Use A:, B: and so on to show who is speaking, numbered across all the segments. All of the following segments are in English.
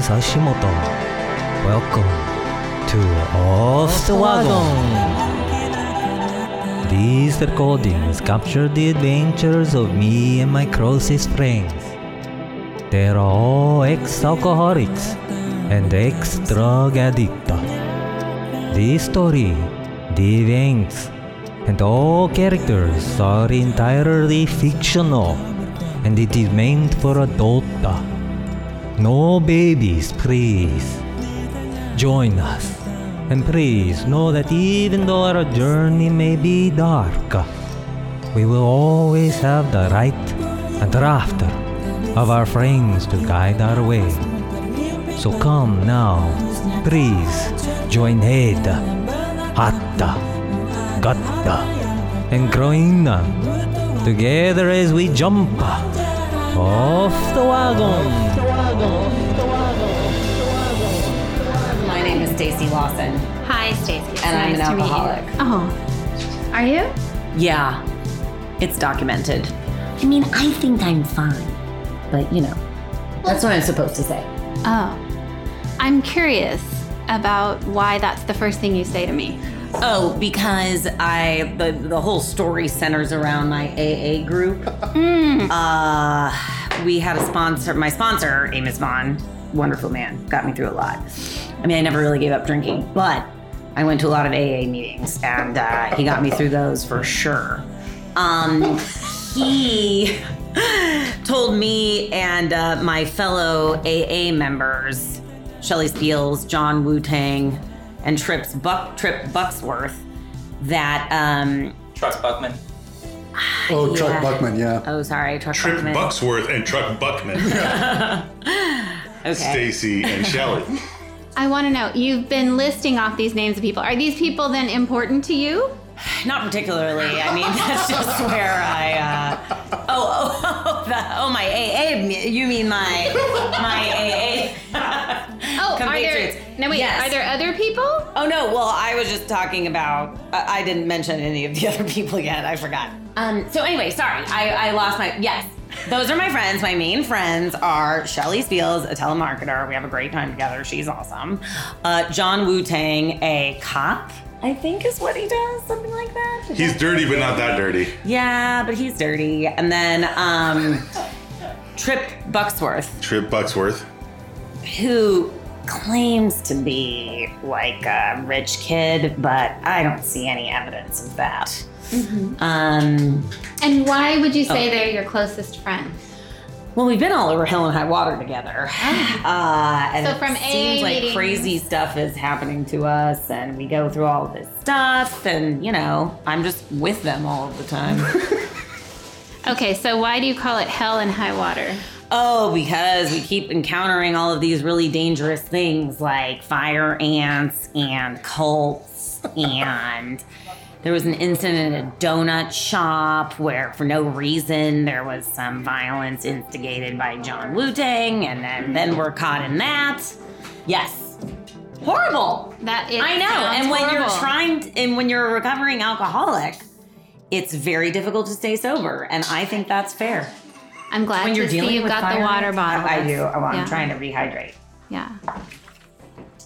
A: Sashimoto. Welcome to Off the Wagon. These recordings capture the adventures of me and my closest friends. They're all ex-alcoholics and ex-drug addicts. The story, the events, and all characters are entirely fictional, and it is meant for adult. No babies, please. Join us, and please know that even though our journey may be dark, we will always have the right and laughter of our friends to guide our way. So come now, please join head, hatta, gatta, and groina together as we jump off the wagon.
B: My name is Stacy Lawson.
C: Hi, Stacey. It's
B: And I'm
C: nice
B: an
C: to meet you.
B: alcoholic.
C: Oh, are you?
B: Yeah, it's documented.
D: I mean, I think I'm fine. But, you know,
B: That's what I'm supposed to say.
C: Oh, I'm curious about why that's the first thing you say to me.
B: Oh, because I the, the whole story centers around my AA group. Hmm. Uh, we had a sponsor. My sponsor, Amos Vaughn, wonderful man, got me through a lot. I mean, I never really gave up drinking, but I went to a lot of AA meetings, and uh, he got me through those for sure. Um, he told me and uh, my fellow AA members, Shelly Steeles, John Wu Tang, and Trips Buck Trip Bucksworth, that um,
E: Truck Buckman.
F: Oh, Chuck
B: Yeah.
F: Buckman, yeah.
B: oh sorry, Truck
G: Trick
B: Buckman.
G: Bucksworth and Truck Buckman,
B: okay.
G: Stacy and Shelly.
C: I want to know, you've been listing off these names of people. Are these people then important to you?
B: Not particularly. I mean, that's just where I. Uh, oh, oh, oh, the, oh, my AA. me- You mean my my AA?
C: Oh, are there
B: Compatriots.
C: No wait,
B: Yes.
C: are there other people?
B: oh no. Well, I was just talking about. I I didn't mention any of the other people yet. I forgot. Um. So anyway, sorry. I I lost my yes. Those are my friends. My main friends are Shelly Steeles, a telemarketer. We have a great time together. She's awesome. Uh, John Wu Tang, a cop, I think is what he does, something like that. Is
G: He's dirty, but not that dirty.
B: yeah, but he's dirty. And then um, Trip Bucksworth,
G: Trip Bucksworth.
B: who claims to be like a rich kid, but I don't see any evidence of that. Um,
C: Mm-hmm. And why would you
B: Oh.
C: say they're your closest friends?
B: well, we've been all over hell and high water together, uh, and
C: Ah. So
B: it
C: from
B: seems
C: AA
B: like
C: meetings-
B: crazy stuff is happening to us, and we go through all this stuff, and you know, I'm just with them all of the time.
C: Okay, so why do you call it hell and high water?
B: Oh, because we keep encountering all of these really dangerous things like fire ants and cults. And there was an incident at a donut shop where, for no reason, there was some violence instigated by John Wu Tang, and then, then we're caught in that. Yes. Horrible.
C: That is
B: I know. And when you're trying, to, and when you're a recovering alcoholic, it's very difficult to stay sober. And I think that's fair
C: I'm glad
B: when you're
C: to see
B: dealing
C: you've
B: with
C: got the
B: fire-
C: water bottle.
B: I do. Oh, I'm
C: Yeah.
B: trying to rehydrate.
C: Yeah.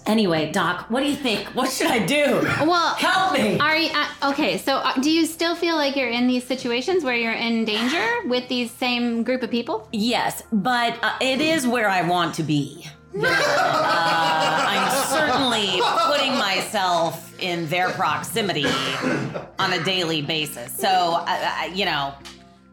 B: Anyway, Doc, what do you think? What should I do?
C: Well,
B: Help me.
C: Are you, uh, okay, so uh, do you still feel like you're in these situations where you're in danger with these same group of people?
B: Yes, but uh, it is where I want to be. Uh, I'm certainly putting myself in their proximity on a daily basis. So, I, I, you know,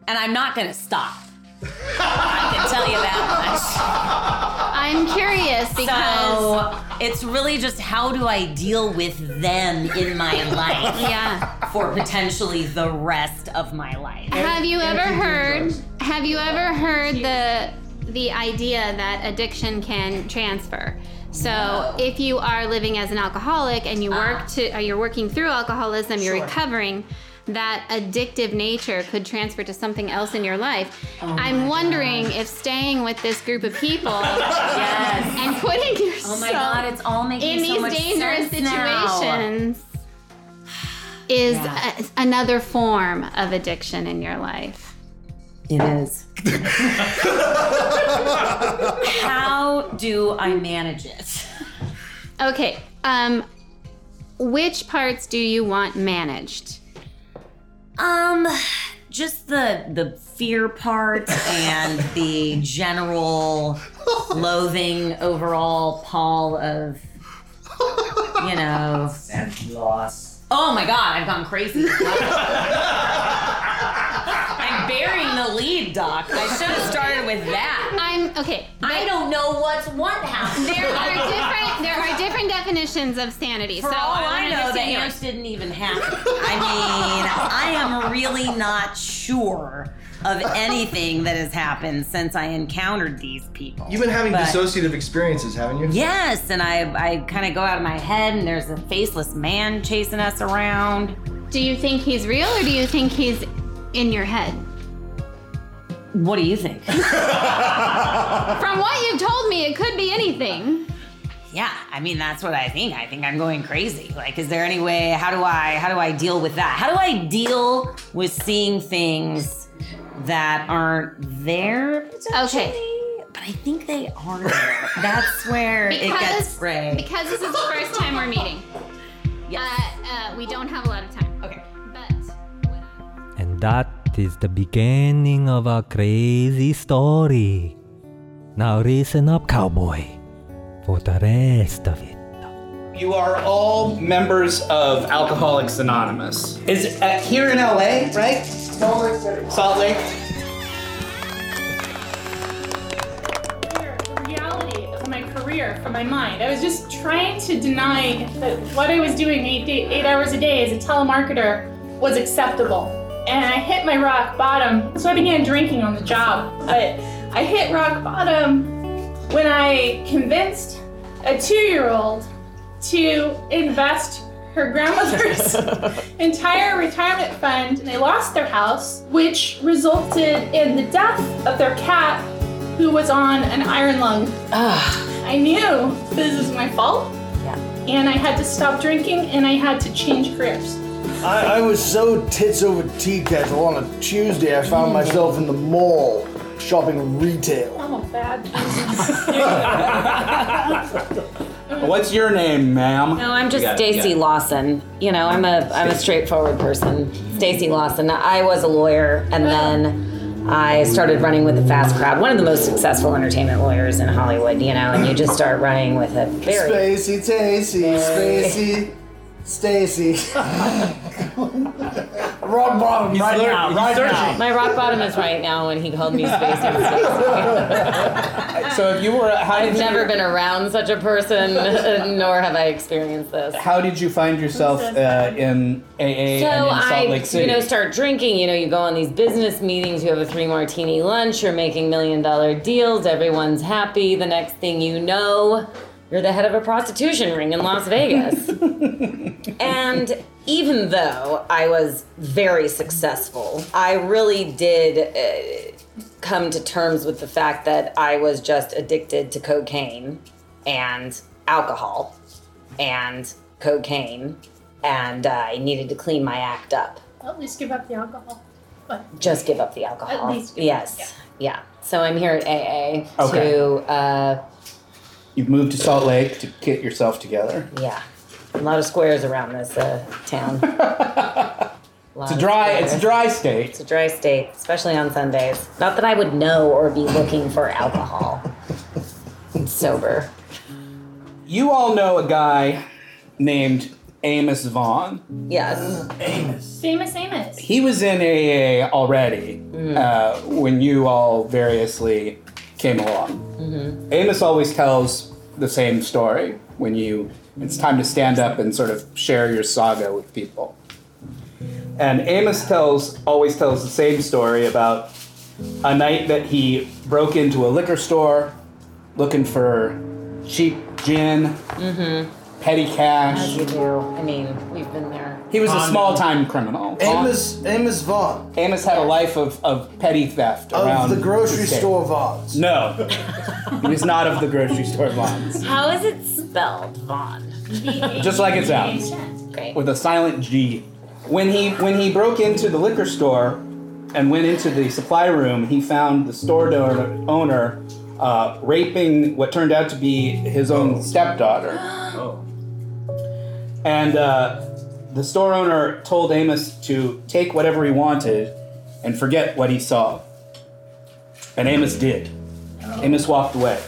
B: and I'm not going to stop. I can tell you that much.
C: I'm curious because
B: So it's really just how do I deal with them in my life?
C: yeah.
B: for potentially the rest of my life.
C: Have you ever heard have you ever heard the the idea that addiction can transfer? So if you are living as an alcoholic and you work to or you're working through alcoholism, you're recovering that addictive nature could transfer to something else in your life. I'm wondering if staying with this group of people
B: Yes.
C: and putting yourself
B: Oh my god, it's all making
C: in
B: so
C: these
B: much
C: dangerous
B: sense now.
C: situations is
B: Yeah.
C: a- another form of addiction in your life.
B: It is. How do I manage it?
C: Okay. Um, which parts do you want managed?
B: Um, just the the fear part and the general loathing overall pall of you know and loss. Oh my god, I've gone crazy. I'm burying the lead, Doc. I should have started with that.
C: I'm okay.
B: I don't know what's what happened.
C: There are different. There are different definitions of sanity.
B: For
C: so
B: all I,
C: wanna
B: know, the
C: understand your-
B: amps didn't even happen. I mean, I am really not sure of anything that has happened since I encountered these people.
E: You've been having
B: But-
E: dissociative experiences, haven't you?
B: Yes, and I, I kind of go out of my head, and there's a faceless man chasing us around.
C: Do you think he's real or do you think he's in your head?
B: What do you think?
C: From what you've told me, it could be anything.
B: yeah, I mean that's what I think. I think I'm going crazy. Like, is there any way? How do I? How do I deal with that? How do I deal with seeing things that aren't there? potentially? But I think they are. there. That's where it gets gray.
C: because this is the first time we're meeting.
B: Yes.
C: Uh, uh, we don't have a lot of time.
B: okay.
C: But what I-
A: And that is the beginning of our crazy story. Now listen up, cowboy, for the rest of it.
F: You are all members of Alcoholics Anonymous. Is it, uh, here in LA, right? Salt Lake City. Salt Lake.
H: career, the reality of my career from my mind. I was just trying to deny that what I was doing eight, day, eight hours a day as a telemarketer was acceptable. And I hit my rock bottom, so I began drinking on the job. But I hit rock bottom when I convinced a two year old to invest her grandmother's entire retirement fund, and they lost their house, which resulted in the death of their cat, who was on an iron lung. I knew this is my fault, and I had to stop drinking and I had to change careers.
I: I, I was so tits over tea casual on a Tuesday, I found myself in the mall shopping retail.
H: I'm a bad
F: What's your name, ma'am?
B: No, I'm just
F: Yeah,
B: Stacy
F: yeah.
B: Lawson. You know, I'm a I'm a straightforward person. Stacy Lawson. I was a lawyer, and then I started running with the Fast Crowd, one of the most successful entertainment lawyers in Hollywood. You know, and you just start running with a very
I: Spacey, Tacy, Spacey, Stacy. Rock bottom right
F: lurking,
I: now,
F: he's
I: right now.
F: searching.
B: my rock bottom is right now when he called me Spacey.
F: So if you were, how did
B: I've never
F: you,
B: been around such a person, nor have I experienced this.
F: How did you find yourself uh, in AA
B: So
F: and in Salt
B: I,
F: Lake City?
B: you know, start drinking. You know, you go on these business meetings. You have a three martini lunch. You're making million dollar deals. Everyone's happy. The next thing you know, you're the head of a prostitution ring in Las Vegas. and even though I was very successful, I really did uh, come to terms with the fact that I was just addicted to cocaine and alcohol and cocaine, and uh, I needed to clean my act up.
H: At least give up the alcohol. But
B: Just give up the alcohol.
H: At least give up,
B: yes. yeah. So I'm here at AA
F: Okay.
B: to, uh,
F: You've moved to Salt Lake to get yourself together.
B: yeah, a lot of squares around this uh, town.
F: It's a dry, it's a dry state.
B: It's a dry state, especially on Sundays. Not that I would know or be looking for alcohol. I'm sober.
F: You all know a guy named Amos Vaughn.
B: Yes.
H: famous Amos.
F: he was in AA already uh, when you all variously came along.
B: Mm-hmm.
F: Amos always tells the same story when you it's time to stand up and sort of share your saga with people. And Amos tells always tells the same story about a night that he broke into a liquor store looking for cheap gin,
B: Mm-hmm.
F: petty cash.
B: You do. I mean, we've been there.
F: He was a small time criminal.
I: Amos, Amos Vaughn
F: Amos had a life of, of petty theft around
I: of the grocery
F: state.
I: store Vaughns.
F: No, he was not of the grocery store bonds.
B: How is it spelled, Vaughn?
F: Just like it sounds,
B: Great.
F: with a silent G. When he when he broke into the liquor store, and went into the supply room, he found the store door owner uh, raping what turned out to be his own stepdaughter. And uh, the store owner told Amos to take whatever he wanted and forget what he saw. And Amos did. Amos walked away.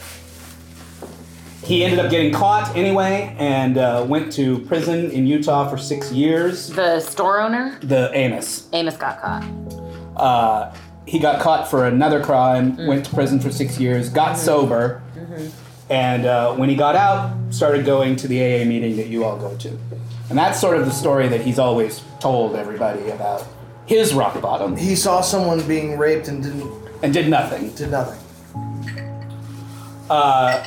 F: He ended up getting caught anyway and uh, went to prison in Utah for six years.
J: The store owner,
F: The Amos.
J: Amos, got caught.
F: Uh, he got caught for another crime, went to prison for six years, got sober, and uh, when he got out, started going to the AA meeting that you all go to. And that's sort of the story that he's always told everybody about his rock bottom
I: He saw someone being raped and didn't
F: and did nothing.
I: did nothing.
F: Uh,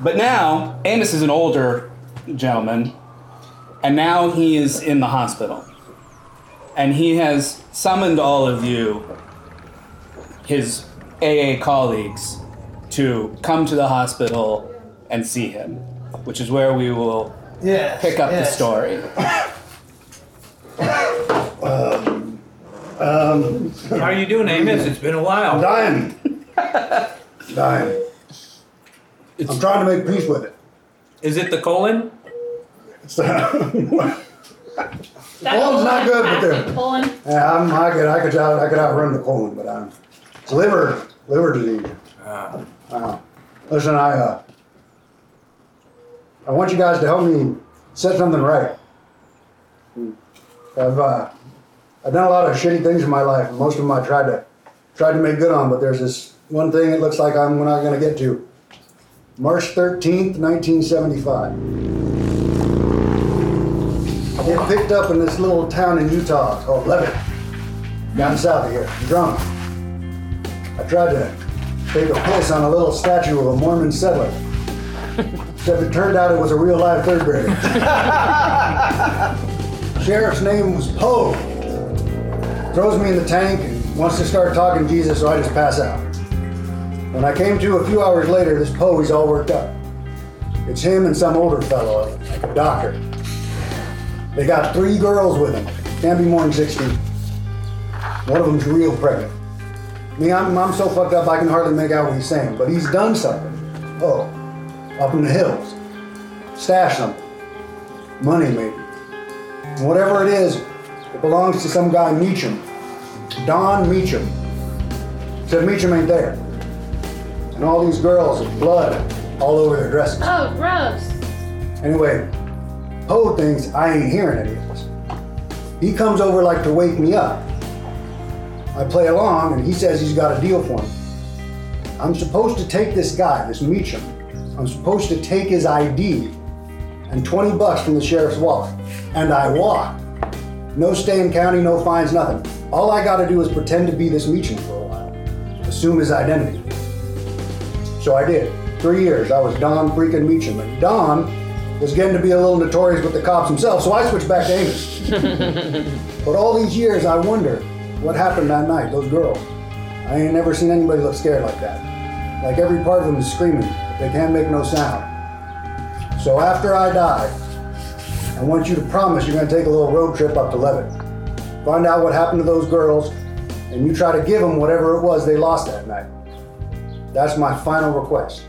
F: But now, Amos is an older gentleman, and now he is in the hospital. And he has summoned all of you, his AA colleagues, to come to the hospital and see him, which is where we will
I: Yeah.
F: pick up the story.
K: How are you doing, Amos? It's been a
E: Um, I'm
K: while.
E: dying. dying. I'm trying to make peace with it.
K: Is it the colon?
E: It's the- colon's not good, but they're-
H: The colon.
E: yeah, I'm, I could I could out I could outrun the colon, but I'm it's liver liver disease.
K: Ah.
E: Uh, listen, I uh, I want you guys to help me set something right. I've uh, I've done a lot of shitty things in my life. and Most of them I tried to tried to make good on, but there's this one thing it looks like I'm not going to get to. March 13th, 1975. It picked up in this little town in Utah called Levitt, down south of here. Drunk. I tried to take a piss on a little statue of a Mormon settler. Except it turned out it was a real live third grader. Sheriff's name was Poe. Throws me in the tank and wants to start talking Jesus, so I just pass out. When I came to a few hours later, this Poe, he's all worked up. It's him and some older fellow, like a doctor. They got three girls with them. Can't be more than 16. One of them's real pregnant. Me, I'm, I'm so fucked up I can hardly make out what he's saying, but he's done something. Oh, up in the hills. Stash something. Money, maybe. And whatever it is, it belongs to some guy, Meacham. Don Meacham. Said Meacham ain't there. And all these girls with blood all over their dresses.
H: Oh, gross.
E: Anyway, Poe thinks I ain't hearing any of this. He comes over like to wake me up. I play along and he says he's got a deal for me. I'm supposed to take this guy, this Meacham, I'm supposed to take his ID and 20 bucks from the sheriff's wallet. And I walk. No stay in county, no fines, nothing. All I gotta do is pretend to be this Meacham for a while, assume his identity. So I did. Three years, I was Don freaking Meacham. And Don was getting to be a little notorious with the cops himself, so I switched back to Amos. but all these years, I wonder what happened that night, those girls. I ain't never seen anybody look scared like that. Like every part of them is screaming, but they can't make no sound. So after I die, I want you to promise you're gonna take a little road trip up to Levitt. Find out what happened to those girls, and you try to give them whatever it was they lost that night. That's my final request.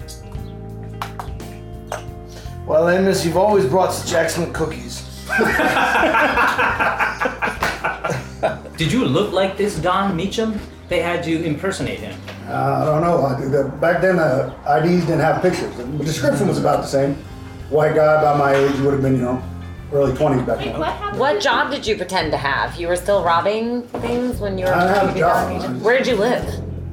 I: Well, Amos, you've always brought such excellent cookies.
K: Did you look like this Don Meacham? They had you impersonate him.
E: Uh, I don't know. I- the- Back then, uh, IDs didn't have pictures. The description was about the same. White guy about my age would have been, you know, early 20s back
H: Wait,
E: then.
H: what happened?
J: What job did you pretend to have? You were still robbing things when you were.
E: I have a job.
J: Where did you live?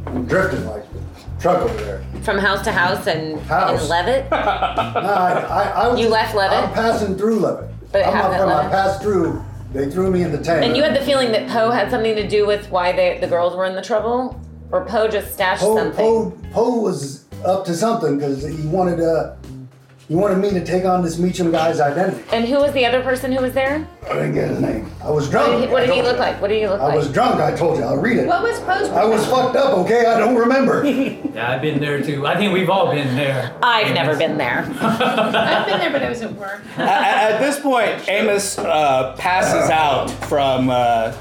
E: I'm drifting like a truck over there.
J: From house to house and
E: House.
J: in Levitt.
E: No, I, I, I was
J: You left Levitt?
E: I'm passing through Levitt.
J: But
E: I'm
J: how
E: not
J: about
E: from. I
J: Levitt?
E: passed through. They threw me in the tank.
J: And you had the feeling that Poe had something to do with why they, the girls were in the trouble, or Poe just stashed
E: Poe
J: something.
E: Poe Poe was up to something because he wanted uh, he wanted me to take on this Meacham guy's identity.
J: And who was the other person who was there?
E: I didn't get his name. I was
J: What
E: drunk.
J: did he, what
E: I
J: did he
E: told
J: look
E: you.
J: like? What did he look
E: I
J: like?
E: was drunk. I told you. I'll read it.
H: What was Poe's?
E: I was fucked up, okay? I don't remember.
K: Yeah, I've been there too. I think we've all been there.
J: I've never been there.
H: I've been there, but I was at work.
F: at, at this point, Amos uh, passes out from uh,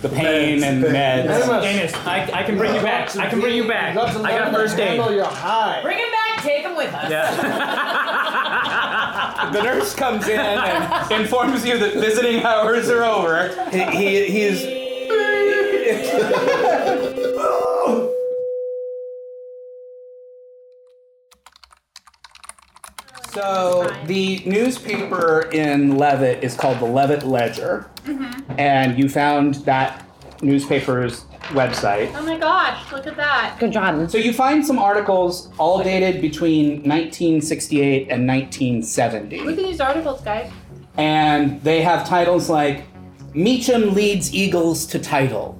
F: the pain and meds.
K: Amos, I, I can bring you back. I can bring you back. I got first aid.
J: Bring him back. Take him with us.
F: The nurse comes in and informs you that visiting hours are over. He, he, he is. So the newspaper in Levitt is called the Levitt Ledger,
H: Mm-hmm.
F: and you found that newspaper's website.
H: Oh my gosh, look at that.
J: Good job.
F: So you find some articles all dated between 1968 and 1970.
H: Look at these articles, guys.
F: and they have titles like Meacham leads Eagles to title,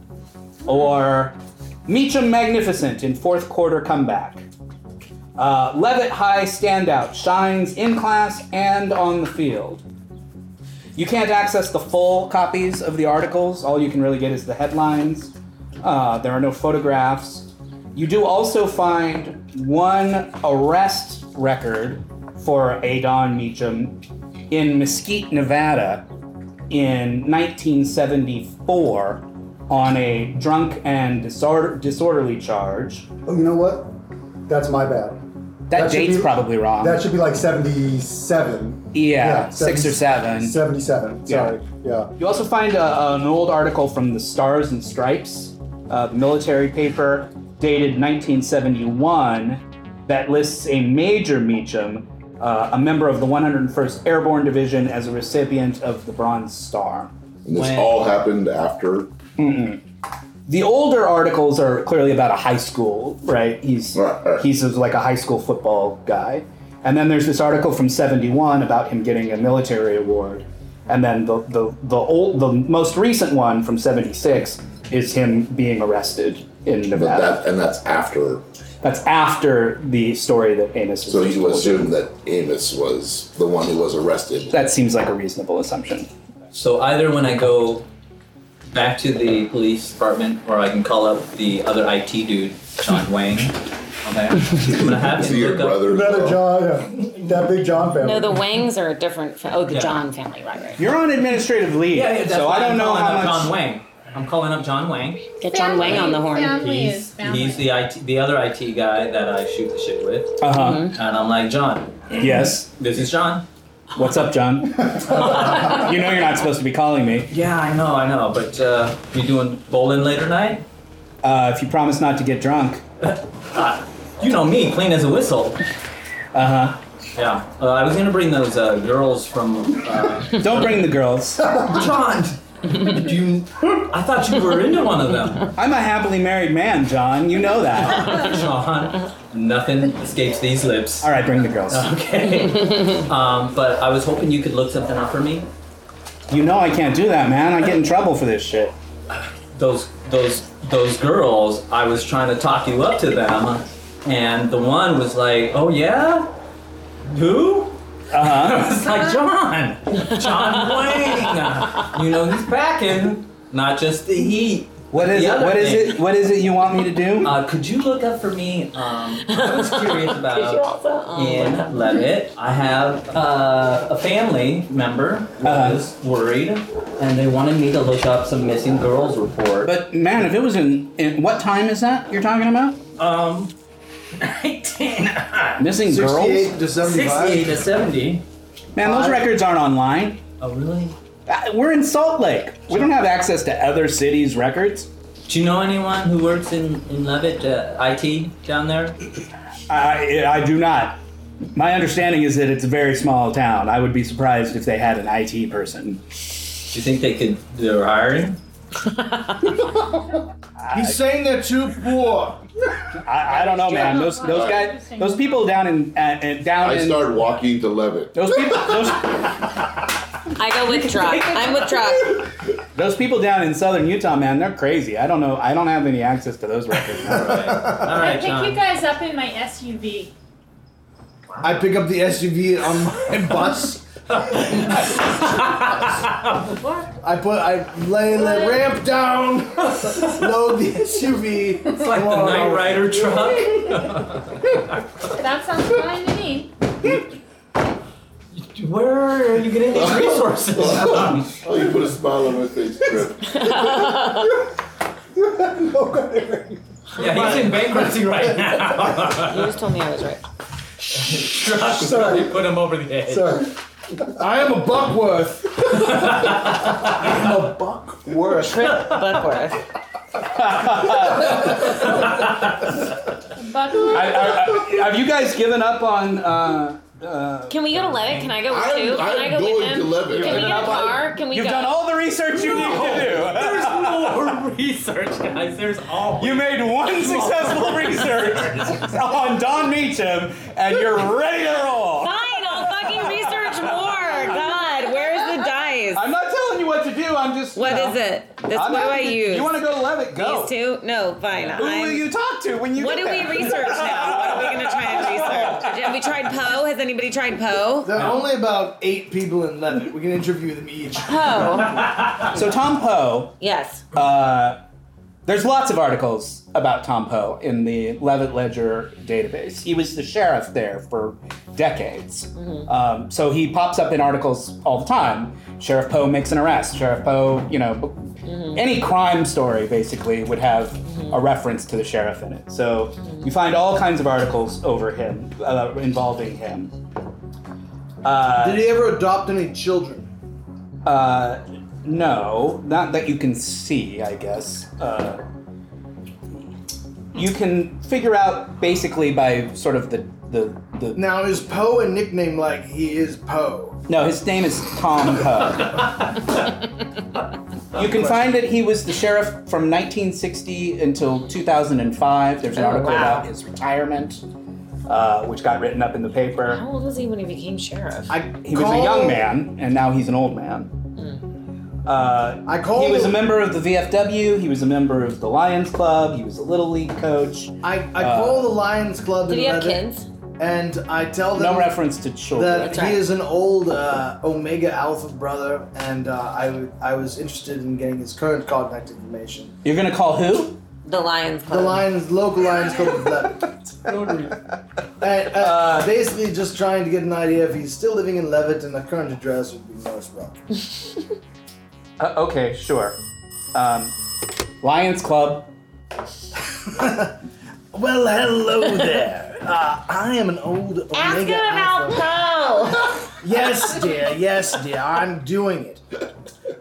F: or Meacham magnificent in fourth quarter comeback. Uh, Levitt High standout shines in class and on the field. You can't access the full copies of the articles. All you can really get is the headlines. Uh, there are no photographs. You do also find one arrest record for Adon Meacham in Mesquite, Nevada in 1974 on a drunk and disorder- disorderly charge.
E: Oh, you know what? That's my bad.
F: That,
E: should
F: date's
E: be-
F: probably wrong.
E: That should be like 77.
F: Yeah, six or seven.
E: 77, sorry. Yeah.
F: You also find a, an old article from the Stars and Stripes, uh, the military paper, dated 1971, that lists a Major Meacham, uh, a member of the 101st Airborne Division, as a recipient of the Bronze Star.
L: And this
F: When-
L: all happened after.
F: Mm-mm. Mm-hmm. The older articles are clearly about a high school, right? He's he's like a high school football guy, and then there's this article from '71 about him getting a military award, and then the the the old the most recent one from '76 is him being arrested in
L: But
F: Nevada.
L: that, and that's after.
F: That's after the story that Amos.
L: So you would assume that Amos was the one who was arrested.
F: That seems like a reasonable assumption.
M: So either when I go back to the police department, or I can call up the other IT dude, Sean Wang. Okay, I'm gonna have to look up.
E: Another John, yeah. that big John family.
D: No, the Wangs are a different. Fa- oh, the
M: Yeah.
D: John family, right? Right.
F: You're on administrative leave,
M: Yeah, yeah, that's
F: so
M: why
F: I don't
M: I'm
F: know
M: calling
F: how much.
M: up John Wang. I'm calling up John Wang.
D: Get John Wang on the horn.
M: He's, he's the IT, the other IT guy that I shoot the shit with.
F: Uh-huh.
M: And I'm like, John.
F: Yes.
M: This is John.
F: What's up, John? you know you're not supposed to be calling me.
M: Yeah, I know, I know. But uh, you doing bowling later night?
F: Uh, if you promise not to get drunk.
M: Ah, you know me, clean as a whistle.
F: Uh huh.
M: Yeah, uh, I was gonna bring those uh, girls from. Uh,
F: Don't bring the girls.
M: John, you. I thought you were into one of them.
F: I'm a happily married man, John. You know that.
M: John, nothing escapes these lips. All
F: right, bring the girls.
M: Okay. um, but I was hoping you could look something up for me.
F: You know I can't do that, man. I get in trouble for this shit.
M: Those, those, those girls. I was trying to talk you up to them, and the one was like, "Oh yeah, who?"
F: Uh-huh.
M: Uh huh. I was like, "John, John Wayne. you know he's packing, not just the heat."
F: What is
M: The
F: it?
M: other
F: What is
M: thing.
F: it? What is it you want me to do?
M: Uh, could you look up for me? Um, I was curious about in Levitt. I have uh, a family member who
F: Uh-huh.
M: was worried, and they wanted me to look up some missing girls report.
F: But man, if it was in, in what time is that you're talking about?
M: Um, 19.
F: Missing girls.
M: 68 to 75? 68 to 70.
F: Man, those
M: Five.
F: records aren't online. Uh,
M: Oh really?
F: We're in Salt Lake. We don't have access to other cities' records.
M: Do you know anyone who works in in Levitt uh, IT down there?
F: I, I do not. My understanding is that it's a very small town. I would be surprised if they had an IT person.
M: Do you think they could? They're hiring.
F: He's saying they're too poor. I, I don't know, man. Those those guys, those people down in uh, uh, down
L: I
F: in
L: started walking to Levitt.
F: those people those,
D: I go with Truck. I'm with Truck.
F: those people down in southern Utah, man, they're crazy. I don't know. I don't have any access to those records. All
H: I pick you guys up in my SUV.
I: I pick up the SUV on my bus. I put I lay the ramp down, load the SUV.
M: It's like
I: Oh,
M: the Knight Rider truck.
H: That sounds fine to me.
M: Where are you getting these resources?
L: oh, you put a smile on my face, Chris.
M: yeah, he's in bankruptcy right now.
B: You just told me I was right.
M: Trust Sorry. put him over the edge.
I: Sorry. I am a Buckworth. I am a Buckworth.
B: Trip Buckworth.
F: I, I, I, have you guys given up on? Uh, uh,
B: Can we go to Levitt? Can I go with
F: I'm-
B: two? Can
F: I'm
B: I go with
F: going
B: him?
F: to Levitt.
B: Can we
F: You're
B: get a
F: not-
B: car? Can we
F: You've
B: go?
F: done all the research you need to do.
M: There's more research, guys. There's all.
F: You made one successful research on Don Meacham, and you're ready to roll.
B: Fine, I'll fucking research more. God, where's the dice?
F: I'm not telling you what to do. I'm just.
B: What is
F: What is
B: it? This
F: I'm
B: what do
F: not-
B: I use?
F: you wanna go to Levitt? Go.
B: These two? No, fine.
F: Who will you talk to when you
B: What
F: get
B: do
F: there?
B: we research now? What are we gonna try and research? Have we tried Poe? Has anybody tried Poe?
I: There are only about eight people in Levitt. We can interview them each.
B: Poe.
F: So Tom Poe.
B: Yes.
F: Uh, there's lots of articles about Tom Poe in the Levitt Ledger database. He was the sheriff there for decades.
M: Uh,
F: Um, so he pops up in articles all the time. Sheriff Poe makes an arrest. Sheriff Poe, you know,
N: Mm-hmm.
F: any crime story basically would have a reference to the sheriff in it. So you find all kinds of articles over him, uh, involving him. Uh,
I: Did he ever adopt any children?
F: Uh, no, not that you can see, I guess. Uh, you can figure out basically by sort of the the, the
I: Now is Poe a nickname like he is Poe?
F: No, his name is Tom Poe. you can find that he was the sheriff from 1960 until 2005. There's an
B: Oh,
F: article
B: wow.
F: about his retirement, uh, which got written up in the paper.
B: How old was he when he became sheriff?
F: He was a young man, and now he's an old man. Uh,
I: Mm. I called
F: He was a
I: him-
F: member of the VFW. He was a member of the Lions Club. He was a little league coach.
I: I, I
F: Uh,
I: call the Lions Club.
F: Did
I: in
F: he have
I: Levitt, And I tell them
F: No reference to children.
I: that he is an old uh, Omega Alpha brother, and uh, I w- I was interested in getting his current contact information.
F: You're gonna call who?
B: The Lions
I: The Lions, local Lions Club of Levitt. And, uh, basically, just trying to get an idea if he's still living in Levitt, and the current address would be most welcome.
F: Uh, okay, sure. Um, Lions Club.
I: Well, hello there. Uh, I am an old Omega
B: Ask him about
I: Alpha.
B: Poe.
I: Yes, dear. Yes, dear. I'm doing it.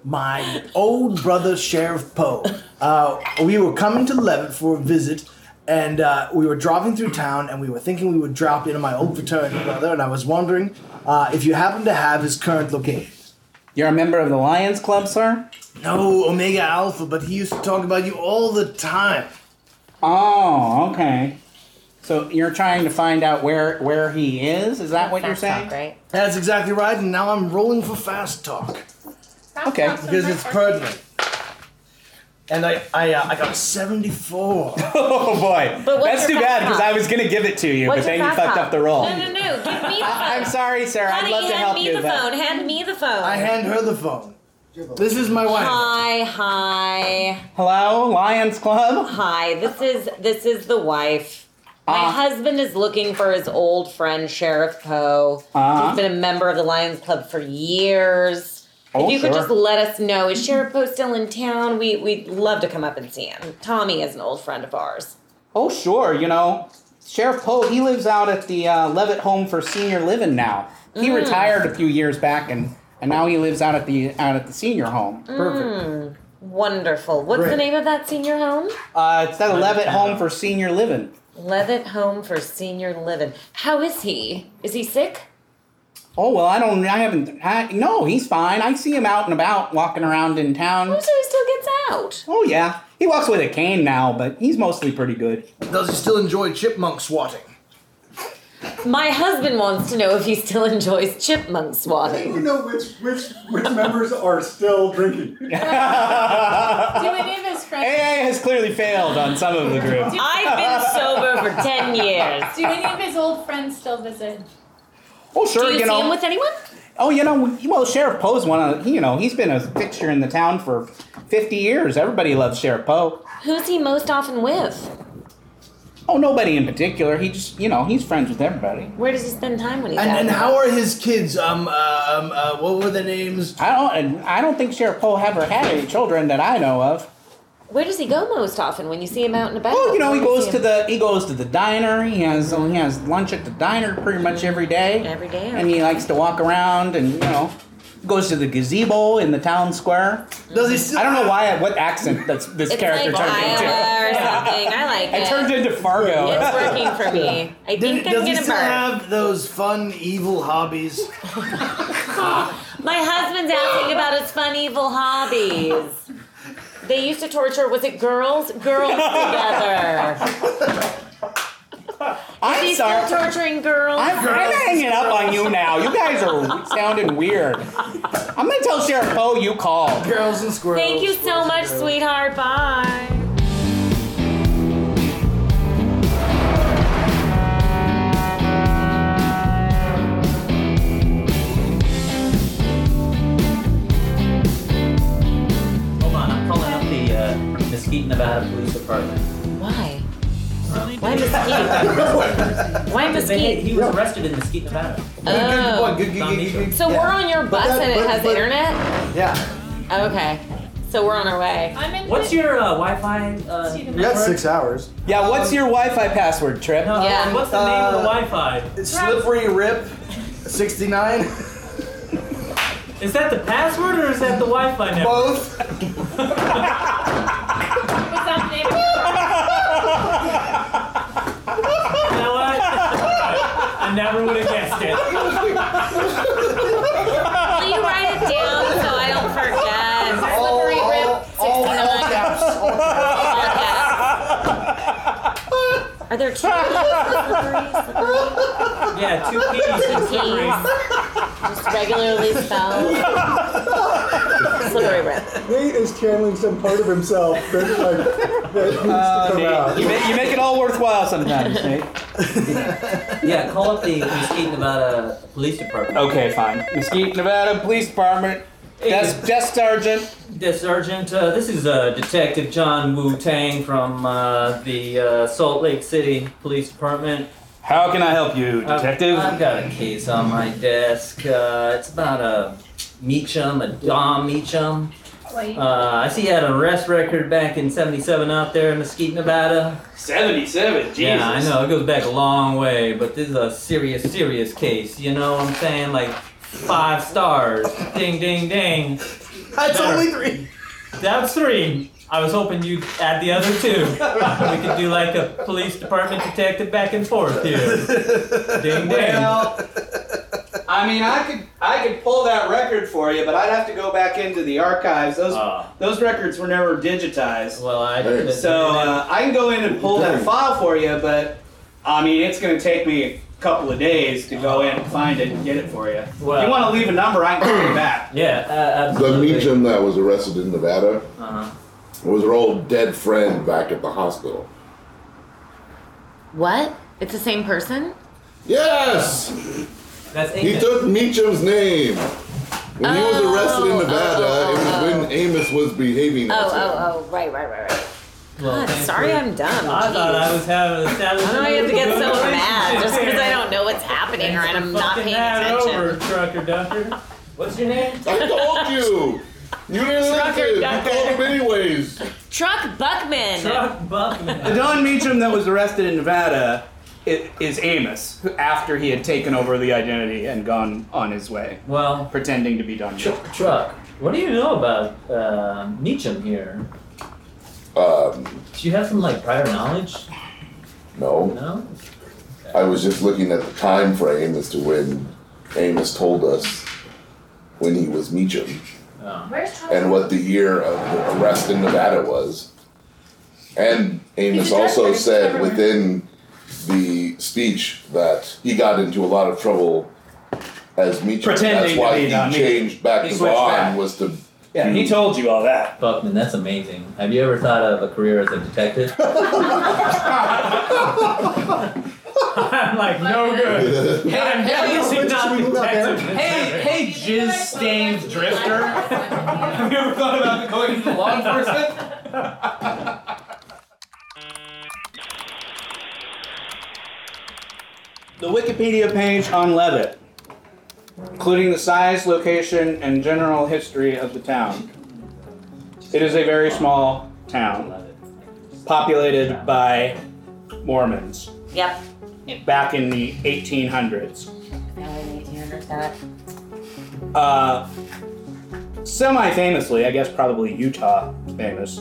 I: My old brother, Sheriff Poe. Uh, we were coming to Levitt for a visit, and uh, we were driving through town, and we were thinking we would drop in on my old fraternity brother, and I was wondering uh, if you happen to have his current location.
F: You're a member of the Lions Club, sir?
I: No, Omega Alpha, but he used to talk about you all the time.
F: Oh, okay. So you're trying to find out where where he is? Is that what you're
I: Fast talk,
F: saying?
B: right?
I: That's exactly right, and now I'm rolling for fast talk.
F: Okay.
I: Because it's pertinent. And I I, uh, I got a 74.
F: Oh boy.
I: But what's
F: That's
I: your
F: too
I: fast
F: bad because
I: talk?
F: I was gonna give it to you,
B: What's
F: but then
B: your
F: you
B: fast
F: fucked
B: talk?
F: up the roll.
B: No, no, no. Give me the phone. I'm
F: sorry, sir. I'd
B: Honey,
F: love to
B: hand
F: help
B: me
F: you,
B: the
F: but-
B: phone. Hand me the phone.
I: I hand her the phone. This is my wife.
B: Hi, hi.
F: Hello, Lions Club.
B: Hi, this is this is the wife. My
F: Ah.
B: husband is looking for his old friend Sheriff Poe.
F: Uh-huh.
B: He's been a member of the Lions Club for years.
F: Oh,
B: if you could
F: sure.
B: just let us know, is Sheriff Poe still in town? We we'd love to come up and see him. Tommy is an old friend of ours.
F: Oh sure, you know. Sheriff Poe, he lives out at the uh, Levitt Home for Senior Living now. He
B: Mm.
F: retired a few years back and and now he lives out at the out at the senior home.
B: Mm, wonderful. What's the
F: Great.
B: name of that senior home?
F: Uh, it's that
B: Levitt
F: Levitt
B: Home.
F: Home for Senior Living.
B: Levitt Home for Senior Living. How is he? Is he sick?
F: Oh well, I don't. I haven't. I, no, he's fine. I see him out and about, walking around in town. Oh,
B: so he still gets out.
F: Oh yeah, he walks with a cane now, but he's mostly pretty good.
I: Does he still enjoy chipmunk swatting?
B: My husband wants to know if he still enjoys chipmunk swatting.
N: You know which which which members are still drinking.
H: Do any of his friends?
F: AA has clearly failed on some of the group.
B: I've been sober for 10 years.
H: Do any of his old friends still visit?
F: Oh sure,
H: Do you see
F: know.
H: him with
B: anyone?
F: Oh, you know, we- well, Sheriff Poe's one of you know he's been a fixture in the town for fifty years. Everybody loves Sheriff Poe.
B: Who's he most often with?
F: Oh, nobody in particular. He just, you know, he's friends with everybody.
B: Where does he spend time when he's
I: And,
B: out?
I: and how are his kids? Um, uh, um, uh, what were the names?
F: I don't. and I don't think Sheriff Poe ever had any children that I know of.
B: Where does he go most often when you see him out and about?
F: Well, you know, he
B: Where do
F: goes
B: see
F: to
B: him?
F: the he goes to the diner. He has he has lunch at the diner pretty much every day.
B: Every day.
F: And he likes to walk around and you know goes to the gazebo in the town square. Does he I don't know why what accent that's this
B: It's
F: character
B: like
F: turned into.
B: Iowa or something. I like
F: It
B: it.
F: turned into Fargo.
B: It's working for me. I think I'm
I: does he
B: gonna
I: still
B: burn.
I: have those fun evil hobbies?
B: My husband's asking about his fun evil hobbies. They used to torture. Was it girls? Girls together. Is
F: I'm
B: he
F: sorry.
B: still torturing girls?
F: I'm, I'm hanging up on you now. You guys are sounding weird. I'm gonna tell Sheriff Poe you called.
I: Girls and squirrels.
B: Thank you so much, sweetheart. Bye.
M: Hold on, I'm calling up the uh, Mesquite, Nevada Police Department.
B: Why?
M: Why
B: Mesquite? Why Mesquite?
M: He was arrested in Mesquite, Nevada.
B: Oh.
M: Don Mitchell.
B: So we're on your bus and it has internet?
I: Yeah.
B: Okay. So we're on our way.
M: What's your uh, Wi-Fi? Uh,
I: We got six hours.
F: Yeah, what's your Wi-Fi password, Trip?
B: Yeah.
M: Um, What's the name of the
I: Uh,
M: Wi-Fi?
I: Slippery Rip 69.
M: Is that the password or is that the Wi-Fi network?
I: Both.
H: What's up, neighbor?
M: You know what? I never would have guessed it.
B: Will you write it down so I don't forget? Slippery oh rip. 69. All caps. Are there two
M: Yeah, two P's in slippery.
B: Just regularly spelled. Slippery rip.
N: Nate is channeling some part of himself that, like, that needs to come out.
F: Uh, You make, you make it all worthwhile sometimes, Nate.
M: yeah, call up the Mesquite, Nevada Police Department.
F: Okay, fine. Mesquite, Nevada Police Department. Desk, desk sergeant.
M: Yes, Sergeant. Uh, this is uh, Detective John Wu Tang from uh, the uh, Salt Lake City Police Department.
F: How can I help you,
M: I've-
F: detective?
M: I've, got a case on my desk. Uh, it's about a Meacham, a Dom Meacham. Uh, I see he had an arrest record back in 77 out there in Mesquite, Nevada.
A: 77, Jesus.
M: Yeah, I know. It goes back a long way, but this is a serious, serious case. You know what I'm saying? Like five stars. ding, ding, ding.
I: That's
M: Better.
I: only three.
M: That's three. I was hoping you'd add the other two. we could do like a police department detective back and forth here. Ding, ding.
F: Well, I mean, I could I could pull that record for you, but I'd have to go back into the archives. Those
M: Uh.
F: those records were never digitized.
M: Well,
F: I so uh, I can go in and pull that file for you, but I mean, it's going to take me a couple of days to go in and find it and get it for you. if
M: Well-
F: you want to leave a number, I can call you back.
M: Yeah, uh,
L: The
M: absolutely.
L: Meacham that was arrested in Nevada
M: Uh-huh.
L: was her old dead friend back at the hospital.
B: What? It's the same person?
L: Yes!
M: That's
L: He took Meacham's name. When he was arrested in Nevada, it was when Amos was behaving
B: Oh,
L: as him.
B: oh, oh, right, right, right, right.
M: Well,
B: God, sorry I'm dumb.
M: Oh, I thought I was having a
B: Jeez.
M: savage.
B: Why do I have to get so
M: relationship
B: mad just because I
M: here?
B: don't know what's happening or
M: Thanks for
B: I'm not
M: fucking
B: paying
M: that
B: attention?
M: over, trucker ducker. What's your name?
L: I told you! You didn't listen! You called him anyways!
B: Truck Buckman.
M: Truck Buckman.
F: The Don Meacham that was arrested in Nevada i- is Amos, who- after he had taken over the identity and gone on his way.
M: Well,
F: pretending to be Don Meacham.
M: Truck. What do you know about uh, Meacham here?
L: Um,
M: Do you have some like prior knowledge?
L: no.
M: No.
L: I was just looking at the time frame as to when Amos told us when he was Meacham
M: Oh.
O: Where's Charles?
L: and what the year of the arrest in Nevada was. And Amos
O: He's a
L: also
O: drifter, he's
L: said
O: everywhere.
L: within the speech that he got into a lot of trouble as Meacham.
F: Pretending
L: That's
F: to
L: why
F: be
L: he
F: Don Meacham.
L: changed back
F: He
L: to
F: switched
L: Vaughn
F: back.
L: was to.
F: Yeah, he told you all that.
M: Buckman, that's amazing. Have you ever thought of a career as a detective? I'm like, no good. hey, I'm definitely not a detective. Hey, hey, jizz stained drifter. Have you ever thought about going into law enforcement?
F: the Wikipedia page on Levitt, including the size, location, and general history of the town. It is a very small town, populated by Mormons
B: Yep.
F: back in the 1800s.
B: Got it.
F: Uh, Semi famously, I guess probably Utah famous,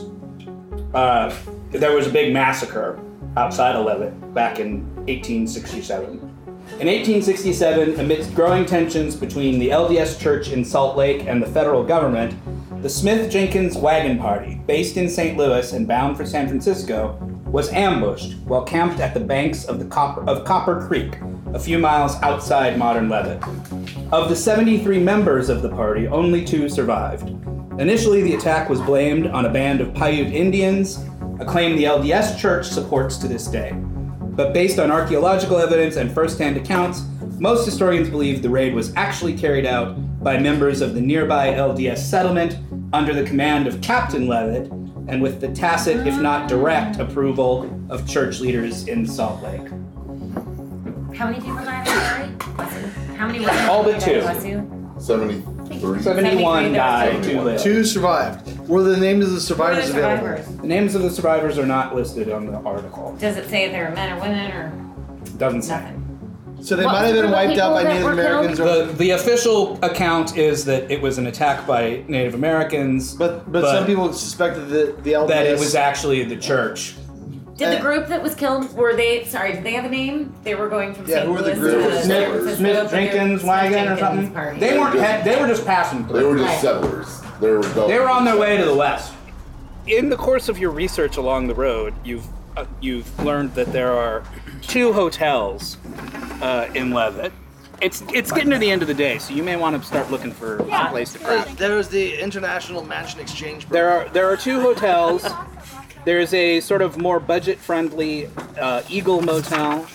F: uh, there was a big massacre outside of Levitt back in 1867. In 1867, amidst growing tensions between the LDS Church in Salt Lake and the federal government, the Smith Jenkins Wagon Party, based in St. Louis and bound for San Francisco, was ambushed while camped at the banks of, the Copper, of Copper Creek, a few miles outside modern Levitt. Of the 73 members of the party, only two survived. Initially, the attack was blamed on a band of Paiute Indians, a claim the LDS Church supports to this day. But based on archaeological evidence and first hand accounts, most historians believe the raid was actually carried out by members of the nearby LDS settlement under the command of Captain Levitt and with the tacit, if not direct, approval of church leaders in Salt Lake.
P: How many people died in the party? How many women?
F: All but two.
P: Was you?
L: 73.
F: 71 died, two lived.
I: Two survived. Were the names of the survivors
P: Who are the
I: available?
F: The names of the survivors are not listed on the article.
P: Does it say if they were men or women or?
F: Doesn't say.
I: So they might have been wiped out by Native Americans or
F: The, the official account is that it was an attack by Native Americans. But
I: but some people suspected that the LDS
F: that it was actually the church.
B: Did
F: Uh,
B: the group that was killed were they? Sorry, did they have a name? They were going from St. Louis to
F: Smith, Smith, Jenkins wagon or something. They weren't. Had, they were just passing through.
L: They were just settlers. They were,
F: They were on their way to the west. In the course of your research along the road, you've uh, you've learned that there are two hotels uh, in Levitt. It's it's getting to the end of the day, so you may want to start looking for a place to crash.
I: There was the International Mansion Exchange.
F: There are there are two hotels. There's a sort of more budget-friendly uh, Eagle Motel,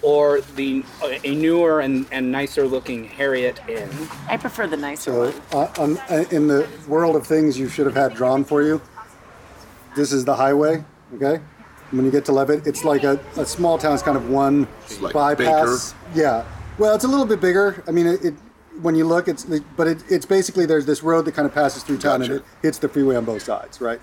F: or the a newer and, and nicer-looking Harriet Inn.
B: I prefer the nicer
E: So, uh, um, uh, in the world of things you should have had drawn for you, this is the highway. Okay, when you get to Levitt, it's like a, a small town's kind of one
L: like
E: bypass. Yeah, well, it's a little bit bigger. I mean, it, it when you look, it's but it, it's basically there's this road that kind of passes through town and it hits the freeway on both sides, right?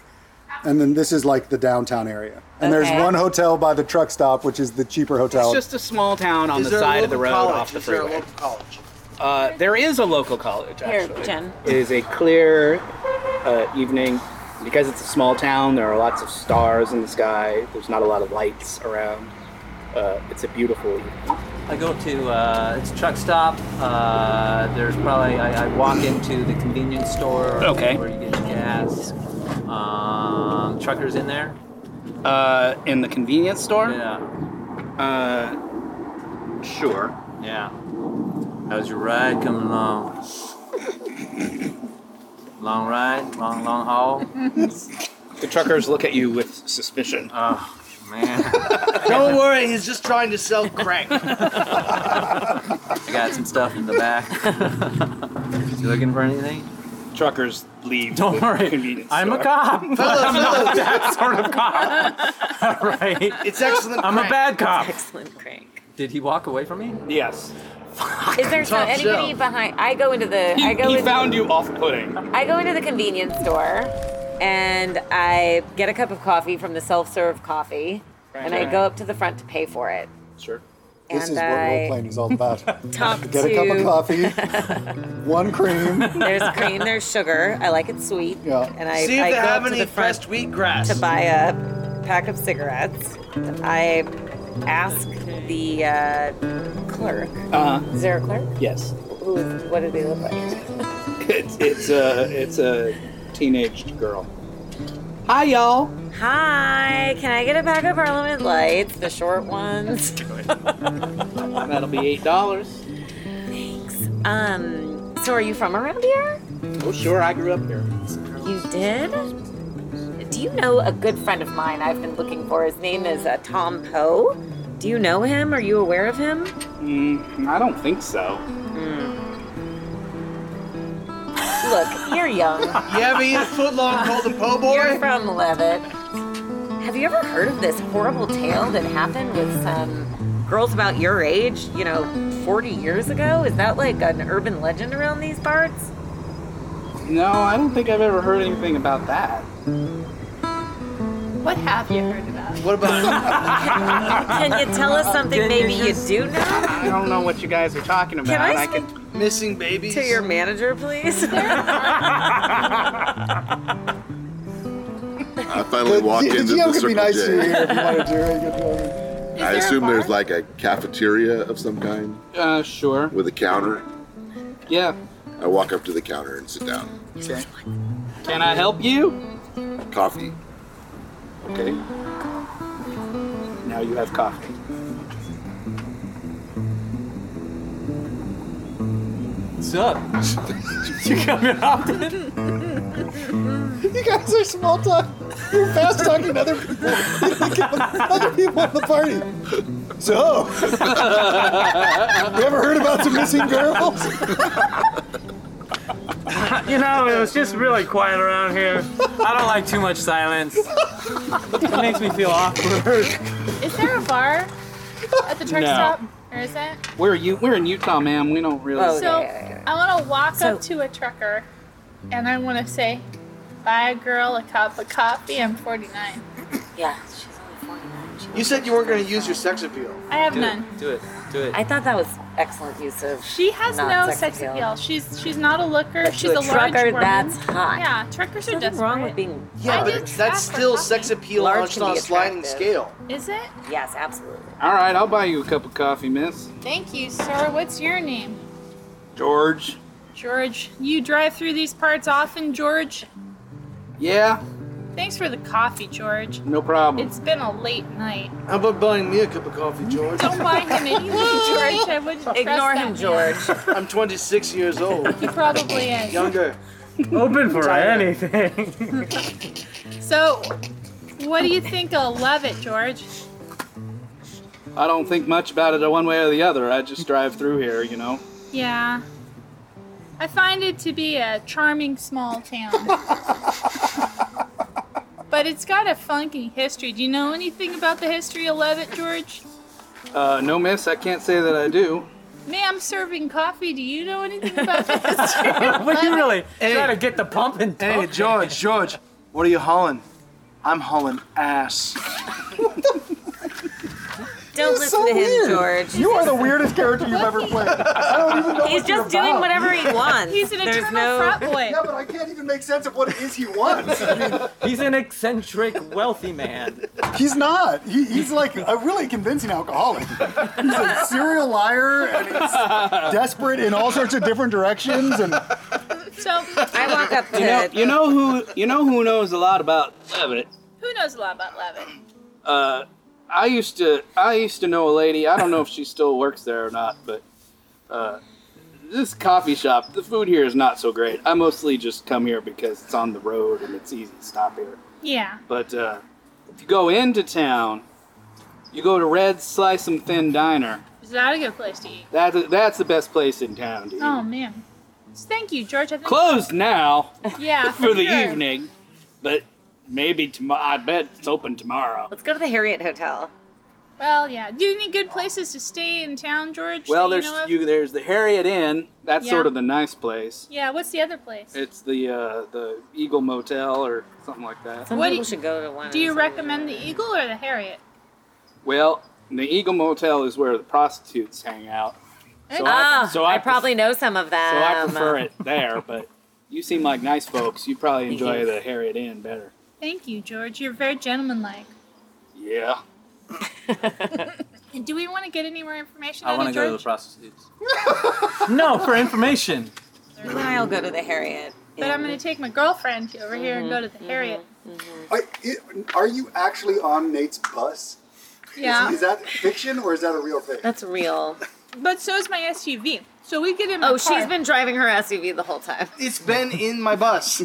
E: And then this is like the downtown area. And
F: Okay.
E: there's one hotel by the truck stop, which is the cheaper hotel.
F: It's just a small town on
E: Is
F: the
E: there a
F: side of the
E: local
F: road
E: college?
F: off the
E: Is there a
F: freeway. Uh, there is a local college.
B: Here,
F: Actually.
B: Jen.
F: It is a clear uh, evening. Because it's a small town, there are lots of stars in the sky. There's not a lot of lights around. Uh, it's a beautiful evening.
M: I go to uh, it's a truck stop. Uh, there's probably I, I walk into the convenience store.
F: Okay.
M: Where you get gas. Um, truckers in there.
F: Uh, in the convenience store?
M: Yeah.
F: Uh, sure.
M: Yeah. How's your ride coming along? long ride, long long haul.
F: The truckers look at you with suspicion.
M: Oh man,
I: Don't worry, he's just trying to sell crank.
M: I got some stuff in the back. you looking for anything?
F: Truckers leave.
M: Don't worry. I'm a cop.
I: Fellow, fellow.
M: that sort of cop. All right.
I: It's excellent
M: I'm a
I: crank.
M: bad cop.
B: excellent crank.
M: Did he walk away from me?
F: Yes.
B: Is there some,
M: Tough
B: anybody
M: sell.
B: behind? I go into the. I go. into,
F: you off-putting.
B: I go into the convenience store, and I get a cup of coffee from the self-serve coffee, and I
E: Right.
B: go up to the front to pay for it.
F: Sure.
E: This
B: and
E: is what
B: I
E: role playing is all about.
B: Top
E: Get a cup
B: two.
E: of coffee, one cream.
B: There's cream, there's sugar. I like it sweet. Yeah. And I,
I: See if
B: I
I: they
B: go
I: have
B: up to
I: any
B: the front
I: pressed wheatgrass.
B: to buy a pack of cigarettes. I ask the uh, clerk.
F: Uh-huh.
B: Is there a clerk?
F: Yes.
B: Who is, what do they look like?
F: It's it's a it's a teenaged girl. Hi, y'all.
B: Hi. Can I get a pack of Parliament Lights, the short ones?
F: That'll be eight dollars.
B: Um. So, are you from around here?
F: Oh, sure. I grew up here.
B: You did? Do you know a good friend of mine I've been looking for? His name is uh, Tom Poe. Do you know him? Are you aware of him?
F: Mm, I don't think so. Hmm.
B: Look, you're young.
I: You ever eat a footlong called a po' boy?
B: You're from Levitt. Have you ever heard of this horrible tale that happened with some girls about your age, you know, 40 years ago? Is that like an urban legend around these parts?
F: No, I don't think I've ever heard anything about that.
H: What have you heard about?
F: What about?
B: Can you tell us something maybe you do know?
F: I don't know what you guys are talking about.
B: Can I
F: can- missing babies
B: to your manager, please?
L: I finally walked
N: The
L: into
N: DM
L: the
N: could be
L: Circle
N: nice to you
L: J.
N: here if you wanted to. right? You could tell me.
L: I assume there's like a cafeteria of some kind.
F: Uh, sure.
L: With a counter.
F: Yeah.
L: I walk up to the counter and sit down.
F: Okay. Can I help you?
L: Coffee.
F: Okay. Now you have coffee. What's up? you coming often?
N: You guys are small talk. You're fast talking to other people. other people at the party. So, you ever heard about some missing girls?
M: you know, it was just really quiet around here. I don't like too much silence. It makes me feel awkward.
H: Is there a bar at the truck
F: No.
H: stop? Or is that?
F: Where are you? We're in Utah, ma'am. We don't really.
H: so I want to walk up to a trucker and I want to say, buy a girl a cup of coffee. I'm 49.
B: Yeah.
N: You said you weren't going to use your sex appeal.
H: I have Do it. none.
N: Do it. Do
B: I thought that was excellent use of.
H: She has
B: not
H: no sex appeal. She's she's not a looker.
B: But
H: she's
B: to
H: a
B: a trucker,
H: large woman.
B: that's hot.
H: Yeah, truckers are
B: Nothing
H: desperate.
B: wrong with being.
H: I
N: Yeah,
H: do
N: but that's
H: trap for
N: still
H: coffee.
N: sex appeal
B: Large
N: on
B: can be
N: a sliding
B: attractive.
N: scale.
H: Is it?
B: Yes, absolutely.
F: All right, I'll buy you a cup of coffee, miss.
H: Thank you, sir. What's your name?
F: George.
H: George. You drive through these parts often, George.
F: Yeah,
H: Thanks for the coffee, George.
F: no
N: Um,
F: problem.
H: It's been a late night.
N: How about buying me a cup of coffee, George?
H: Don't buy him anything, George. I wouldn't trust
N: Ignore
H: that
N: him,
H: man.
N: George. I'm 26 years old.
H: He probably is.
N: Younger.
M: Open for anything.
H: So, what do you think of Love It, George?
F: I don't think much about it one way or the other. I just drive through here, you know.
H: Yeah. I find it to be a charming small town. but it's got a funky history. Do you know anything about the history of Levitt, George?
F: Uh, no, miss, I can't say that I do.
H: Ma'am, serving coffee. Do you know anything about the history of
M: But you really
N: try
M: to get the pumping.
N: Hey, George, George, what are you hauling? I'm hauling ass.
B: Don't
N: This is
B: listen
N: so
B: to him,
N: weird.
B: George.
N: You are the weirdest character you've ever played. I don't even know
B: He's
N: what you're
B: just doing
N: about.
B: whatever he wants.
H: He's an There's eternal no- frat boy.
N: Yeah, but I can't even make sense of what it is he wants. I mean,
M: He's an eccentric, wealthy man.
N: he's not. He, he's like a really convincing alcoholic. He's a serial liar and
F: Uh,
N: he's desperate in all sorts of different directions. And
H: So, I
B: walk up
F: You know, you know who you know who knows a lot about Levitt.
H: Who knows a lot about Levitt?
F: Uh, I used to I used to know a lady. I don't know if she still works there or not, but uh, this coffee shop, the food here is not so great. I mostly just come here because it's on the road and it's easy to stop here.
H: Yeah.
F: But uh, if you go into town, you go to Red Slice 'em Thin Diner.
H: Is that a good place to eat?
F: That that's the best place in town. Dude.
H: Oh, man. Thank you, George. I think
F: Closed now
H: Yeah.
F: for the
H: sure.
F: evening, but maybe tomorrow. I bet it's open tomorrow.
B: Let's go to the Harriet Hotel.
H: Well, yeah. Do you any good places to stay in town, George? that
F: Well,
H: you
F: there's
H: know of?
F: you. There's the Harriet Inn. That's
H: Yeah.
F: sort of the nice place.
H: Yeah. What's the other place?
F: It's the uh, the Eagle Motel or something like that.
H: Some What do people you-
B: should go to one.
H: Do you recommend the Eagle or the Harriet?
F: Well, the Eagle Motel is where the prostitutes hang out. So
Q: ah,
F: I, so
Q: I,
F: I,
Q: probably know some of
F: pref-
Q: them.
F: so I prefer it there. But you seem like nice folks. You probably enjoy the Harriet Inn better.
H: Thank you, George. You're very gentlemanlike.
F: Yeah.
H: And do we want to get any more information
R: I
H: out
R: want to
H: of
R: go to
H: George?
R: the prostitutes.
M: No, for information.
B: You and I'll go to the Harriet.
H: But I'm going to take my girlfriend over here and go to the Harriet.
E: Are, i- are you actually on Nate's bus? Is-
H: Yeah.
E: Is, that fiction or is that a real thing?
B: That's real.
H: But so is my SUV. So we get in.
B: Oh, she's been driving her SUV the whole time.
N: It's been in my bus.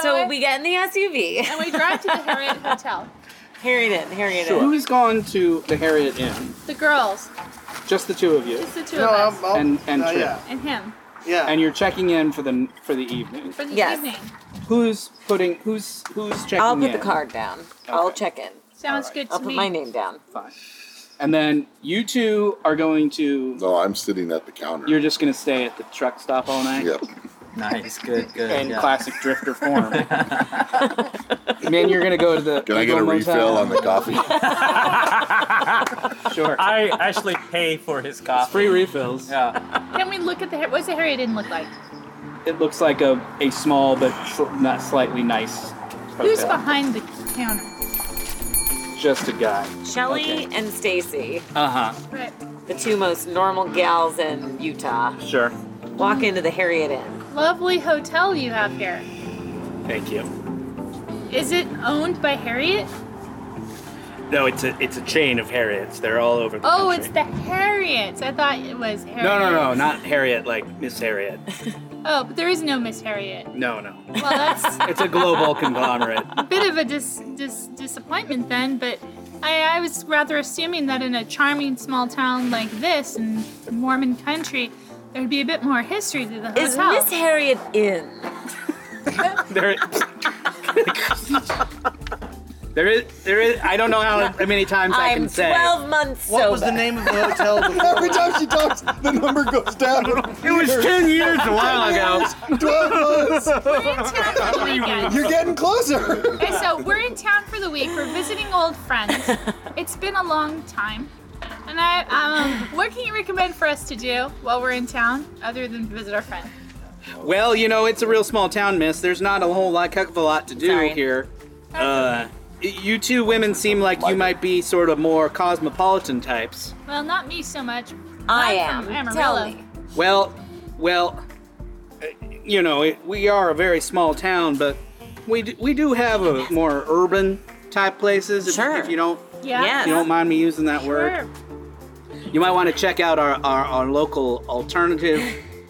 B: So, we get in the SUV
H: and we drive to the Harriet Hotel.
B: Harriet, Harriet.
F: Who's gone to the Harriet Inn?
H: The girls,
F: Just the two of you.
H: just the two
N: No,
H: of us,
N: I'm- I'm-
F: and and
N: uh,
F: Trip.
N: yeah.
H: and him
N: Yeah.
F: And you're checking in for the for the evening.
H: for the
B: Yes.
H: evening.
F: Who's putting? Who's who's checking?
B: I'll put
F: in?
B: the card down. I'll check in.
H: Sounds good to
B: I'll put
H: me.
B: my name down.
F: Fine. And then you two are going to.
L: No, I'm sitting at the counter.
F: You're just going to stay at the truck stop all night?
L: Yep.
M: Nice, good, good.
F: In
M: yeah.
F: classic drifter form. Man, you're going to go to the.
L: Can I get a
F: Eagle Motel.
L: refill on the coffee?
F: Sure.
E: I actually pay for his coffee.
F: free refills. Yeah.
H: Can we look at the hair? What's the hair? It didn't look like.
F: It looks like a, a small but sl- not slightly nice.
H: Who's
F: hotel.
H: behind the counter?
F: Just a guy.
B: Shelly and Stacy,
F: Uh huh.
H: Right.
B: the two most normal gals in Utah,
F: Sure.
B: walk into the Harriet Inn.
H: Lovely hotel you have here.
F: Thank you.
H: Is it owned by Harriet?
F: No, it's a it's a chain of Harriet's. They're all over
H: Oh, it's the Harriets. I thought it was Harriet.
F: No, no, no, not Harriet, like Miss Harriet.
H: Oh, but there is no Miss Harriet.
F: No, no.
H: Well, that's
F: It's a global conglomerate.
H: a bit of a dis- dis- disappointment then, but I-, I was rather assuming that in a charming small town like this in Mormon country, there would be a bit more history to the
B: Is
H: hotel.
B: Miss Harriet in?
F: There, there is, there is. I don't know how many times I can
B: I'm
F: say.
B: 12 months
F: What was
B: sober.
F: the name
I: of the hotel before?
N: Every time she talks, the number goes down. It
E: was 10 years a while ago.
N: Twelve months.
H: weekend.
N: You're getting closer.
H: Okay, so we're in town for the week. We're visiting old friends. It's been a long time. And I, um, what can you recommend for us to do while we're in town other than visit our friend?
F: Well, you know, it's a real small town, miss. There's not a whole lot, heck of a lot to do
H: Sorry.
F: here. Uh, you two women seem like you might be sort of more cosmopolitan types.
H: Well, not me so much.
B: I
H: I'm from
B: am.
H: Amarillo.
B: Tell me.
F: Well, well, uh, you know, it, we are a very small town, but we do, we do have a more urban type places. If, sure. If you don't,
H: Yeah.
F: if you don't mind me using that word, you might want to check out our our, our local alternative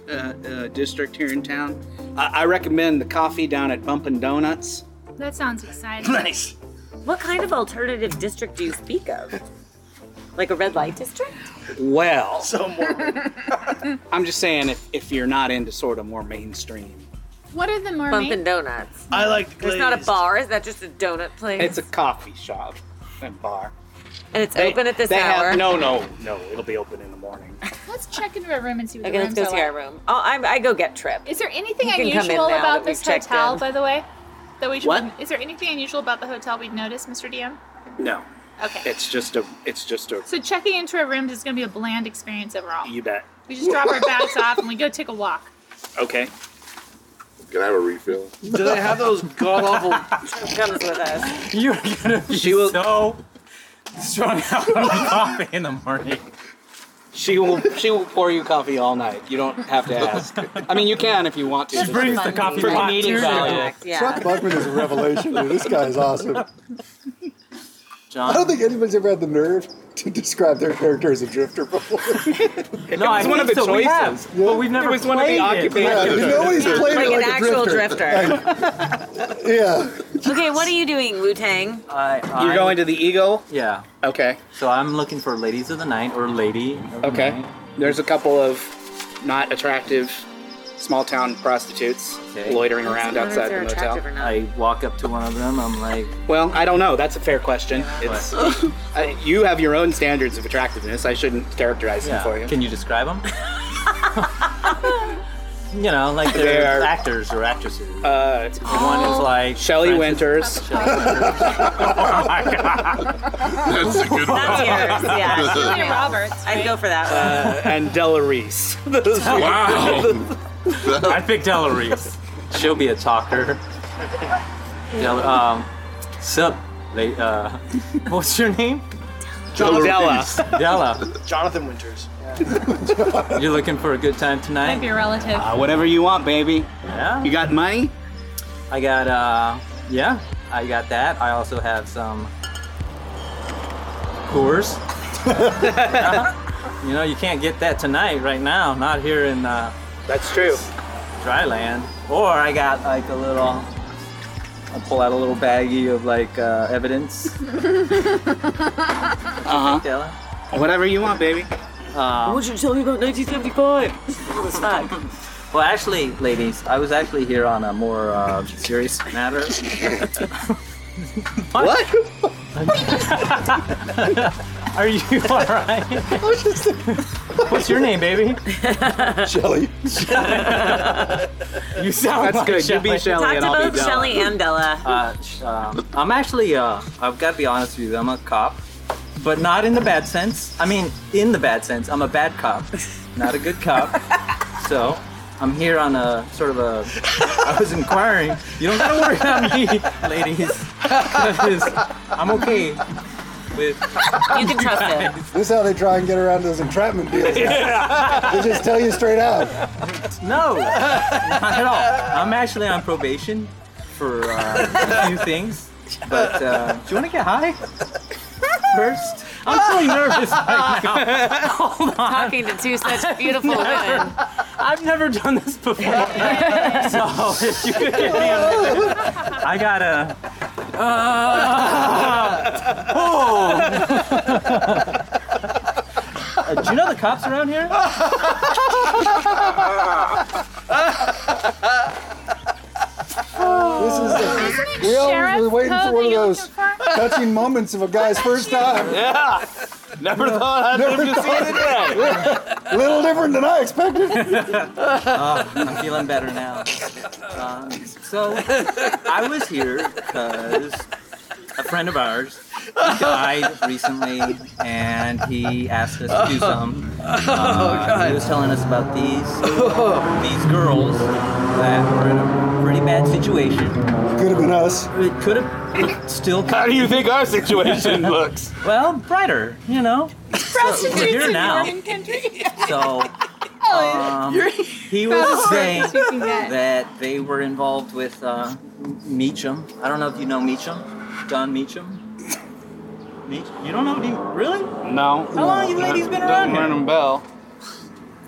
F: uh, uh, district here in town. I, I recommend the coffee down at Bumpin' Donuts.
H: That sounds exciting.
F: Nice.
B: What kind of alternative district do you speak of? Like a red light district?
F: Well, I'm just saying if, if you're not into sort of more mainstream,
H: What are the more
B: Bumpin' Donuts.
F: I like
B: There's not a bar. Is that just a donut place?
F: it's a coffee shop and bar.
B: and it's
F: They-
B: open at this
F: they
B: hour.
F: Have, no, no, no. It'll be open in the morning.
H: Let's check into our room and see what
B: Okay,
H: the
B: let's
H: rooms
B: go
H: are
B: see our
H: like.
B: room. Oh, I'm, I go get Trip.
H: Is there anything
B: You can come in
H: unusual
B: now
H: about
B: that we've
H: this
B: checked
H: hotel,
B: in.
H: by the way? That we should
F: What?
H: Is there anything unusual about the hotel we've noticed, Mr. DM?
F: No.
H: Okay.
F: It's just a. It's just a.
H: So checking into a room is going to be a bland experience overall.
F: You bet.
H: We just drop our bags off and we go take a walk.
F: Okay.
L: Can I have a refill?
I: Do they have those god awful?
B: Comes with us.
E: You're gonna be she will, so strung out on coffee in the morning.
F: She will. She will pour you coffee all night. You don't have to ask. I mean, you can if you want to.
E: She
F: just
E: brings
F: for-
E: the coffee
F: for
E: pot
F: comedic
E: too.
F: value.
B: Yeah.
N: Chuck Buckman is a revelation. dude. This guy is awesome. I don't think anybody's ever had the nerve to describe their character as a drifter before.
E: No, I
N: one of
E: think
N: the
E: so, we have,
N: choices.
E: but we've never
N: was one of
E: played
N: the
E: it.
N: occupations. Yeah, you know he's played it like a drifter. yeah.
B: okay, what are you doing, Wu Tang?
M: I, uh,
F: You're going to the Eagle.
M: Yeah.
F: Okay.
M: So I'm looking for ladies of the night or lady. Of
F: Okay.
M: The night.
F: There's a couple of not attractive small town prostitutes loitering around outside the motel.
M: I walk up to one of them. I'm like,
F: Well, I don't know. That's a fair question. It's
M: What?
F: I, you have your own standards of attractiveness. I shouldn't characterize them
M: Yeah.
F: for you.
M: Can you describe them? you know, like they're,
F: They're-
M: actors or actresses.
F: Uh,
M: one is like
F: Shelley Winters.
L: That's a good
B: That's yours, yeah.
H: Julia Roberts.
B: I'd go for that one.
F: uh, and Della Reese.
M: Wow. I picked Della Reese. She'll be a talker. Del- um, sup, la- uh, what's your name?
I: Della
M: Della.
I: Reese.
M: Della.
I: Jonathan Winters.
M: You're looking for a good time
H: Might
M: tonight?
H: be a relative.
F: Uh, whatever you want, baby.
M: Yeah.
F: You got money?
M: I got, uh, yeah, I got that. I also have some Coors. you know, you can't get that tonight, right now. Not here in uh,
F: That's true.
M: dry land. Or I got like a little, I pull out a little baggie of like uh, evidence.
F: Uh huh.
M: Della.
F: Whatever you want, baby.
M: Uh-huh. Um,
B: you tell me about 1975?
M: Well, actually, ladies, I was actually here on a more uh, serious matter.
F: What?
S: Are you all right? What's your name, baby?
N: Shelly.
S: You sound
T: That's
S: like
T: good. You
S: Shelly.
T: be Shelly,
U: Talk
T: and
U: to
T: I'll
U: both
T: be Della.
U: Shelly and Della.
M: Uh, sh- um, I'm actually, uh, I've got to be honest with you, I'm a cop, but not in the bad sense. I mean, in the bad sense, I'm a bad cop, not a good cop. So, I'm here on a sort of a. I was inquiring. You don't gotta worry about me, ladies. 'cause I'm okay with.
U: You can trust him.
N: This is how they try and get around those entrapment deals.
M: Yeah.
N: They just tell you straight out.
M: No, not at all. I'm actually on probation for uh, a few things. But uh, do you want to get high first? I'm really nervous right now. Hold on.
U: Talking to two such beautiful
M: I've never-
U: women.
S: I've never done this before. so if you could hit me up. I gotta. Uh, oh.
M: Uh, do you know the cops around here?
N: This is the, we always were waiting for one of those touching moments of a guy's first time.
T: Yeah. Never thought I'd
N: Never
T: live to see the
N: thought-
T: day.
N: Little different than I expected.
M: Uh, I'm feeling better now. Um, so I was here because a friend of ours he died recently, and he asked us to do something.
T: Oh,
M: Uh, he was telling us about these these girls that were in a pretty bad situation.
N: Could have been us.
M: It could have. It still.
T: How do you think our situation looks?
M: Well, brighter, you know. So, we're here now, so. Um, he was
T: That's
M: saying
T: right. Speaking that.
M: that they were involved with uh, Meacham. I don't know if you know Meacham, Don Meacham. Meach? You don't know? Do you, really?
T: No.
M: How long you ladies been around here?
T: Doesn't ring a bell.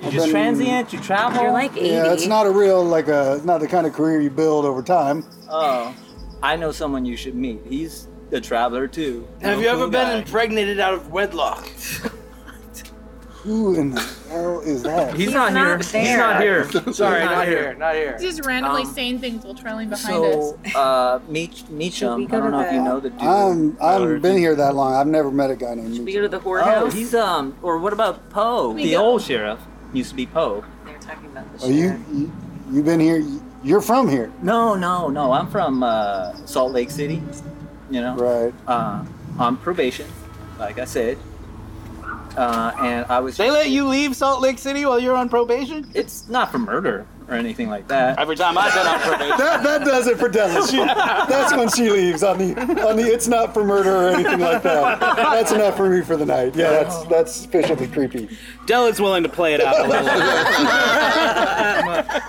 M: You just
N: been-
M: transient. You travel.
N: Yeah, it's not a real like a it's not the kind of career you build over time.
M: Oh, I know someone you should meet. He's a traveler too.
T: Have you ever been
M: impregnated out of wedlock?
N: Who in the hell is that?
M: He's not here. He's not here.
T: Sorry, not here. Not here.
H: Just randomly
M: Um,
H: saying things while trailing behind us.
M: So, uh, Meach, Meacham. Um, I don't know if you know the dude.
N: I'm I've been here that long. I've never met a guy named. Meacham.
M: go to the
N: whorehouse?
M: Oh, he's um. Or what about Poe?
N: We
M: The
N: go-
M: old sheriff used to be Poe. They're talking about
N: Oh, you, you you've been here. You're from here.
M: No, no, no. I'm from uh, Salt Lake City. You know.
N: Right.
M: Uh, on probation, like I said. Uh, and I was.
T: They let you leave Salt Lake City while you're on probation?
M: It's not for murder or anything like that.
T: Every time I've been on probation.
N: That, that does it for Della. She, that's when she leaves on the on the. It's not for murder or anything like that. That's enough for me for the night. Yeah, that's that's sufficiently creepy.
T: Della's willing to play it out a little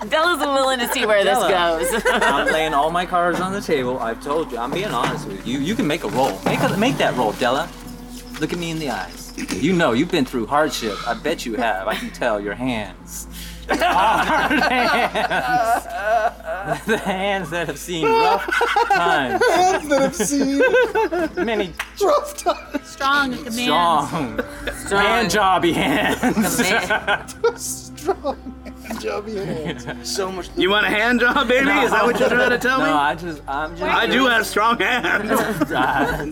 U: Della's willing to see where
M: Della,
U: this goes.
M: I'm laying all my cards on the table. I've told you. I'm being honest with you. You can make a roll. Make a, make that roll, Della. Look at me in the eyes. You know you've been through hardship. I bet you have. I can tell your hands. Hard hands. the hands that have seen rough times.
N: Hands that have seen
M: many
N: rough times.
H: Strong commands.
M: Strong. Man jobby hands.
N: Strong and jobby hands.
T: So much. You want a hand job, baby? Is that what you're trying to tell me?
M: No, I just, I'm just.
T: I do have strong hands.
M: I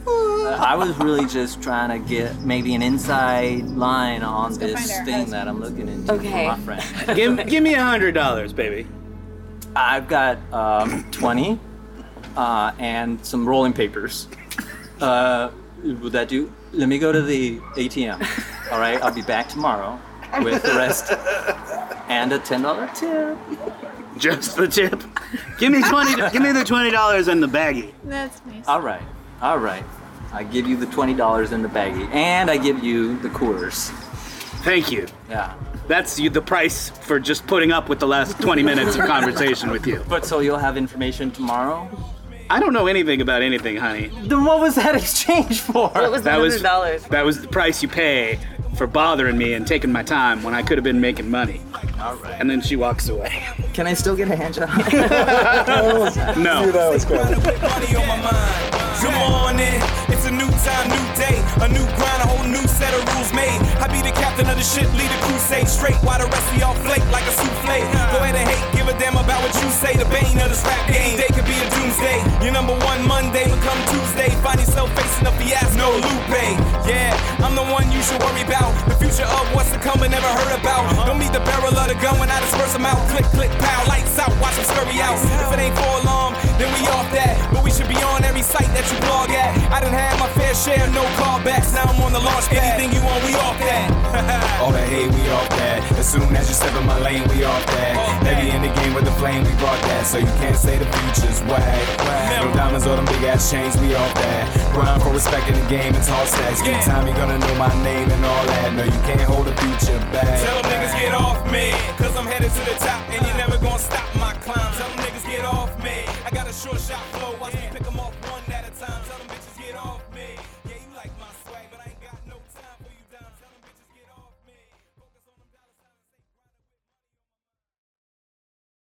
M: I was really just trying to get maybe an inside line on this thing that I'm looking into. with
T: Okay.
M: My friend.
T: give, give me a hundred dollars, baby.
M: I've got um, 20 uh, and some rolling papers. Uh, would that do? Let me go to the ATM. All right, I'll be back tomorrow with the rest and a $10 tip.
T: Just the tip. Give me twenty. give me the twenty dollars and the baggie.
H: That's nice.
M: All right, all right. I give you the $20 in the baggie and I give you the coolers.
T: Thank you.
M: Yeah.
T: That's you, the price for just putting up with the last 20 minutes of conversation with you.
M: But so you'll have information tomorrow?
T: I don't know anything about anything, honey.
M: Then what was that exchange for?
T: was that was the price you pay for bothering me and taking my time when I could have been making money. All right. And then she walks away.
M: Can I still get a hand job?
T: No.
N: You know, it's
V: Good morning, it's a new time, new day, a new grind, a whole new set of rules made. I be the captain of the ship, lead the crusade straight, while the rest of y'all flake like a souffle. Go ahead and hate, give a damn about what you say. The bane of this rap game, day could be a doomsday. Your number one Monday become Tuesday. Find yourself facing a fiasco, Lupe. Yeah, I'm the one you should worry about. The future of what's to come and never heard about. Don't need the barrel of the gun when I disperse them out. Click, click, pow, lights out, watch them scurry out. If it ain't for long, then we off that. But we should be on every site that you blog at. I done had my fair share, no callbacks. Now I'm on the launch pad. Anything you want, we off that.
W: All the hate, we off that. As soon as you step in my lane, we off that. Heavy in the game with the flame, we brought that. So you can't say the future's whack. No diamonds or them big ass chains, we off that. Grind for respect in the game, it's all stacks. Good time, you gonna know my name and all that. No, you can't hold the future back.
V: Tell them niggas get off me, cause I'm headed to the top and you're never gonna stop my climb. Tell them niggas get off me, I got a short shot flow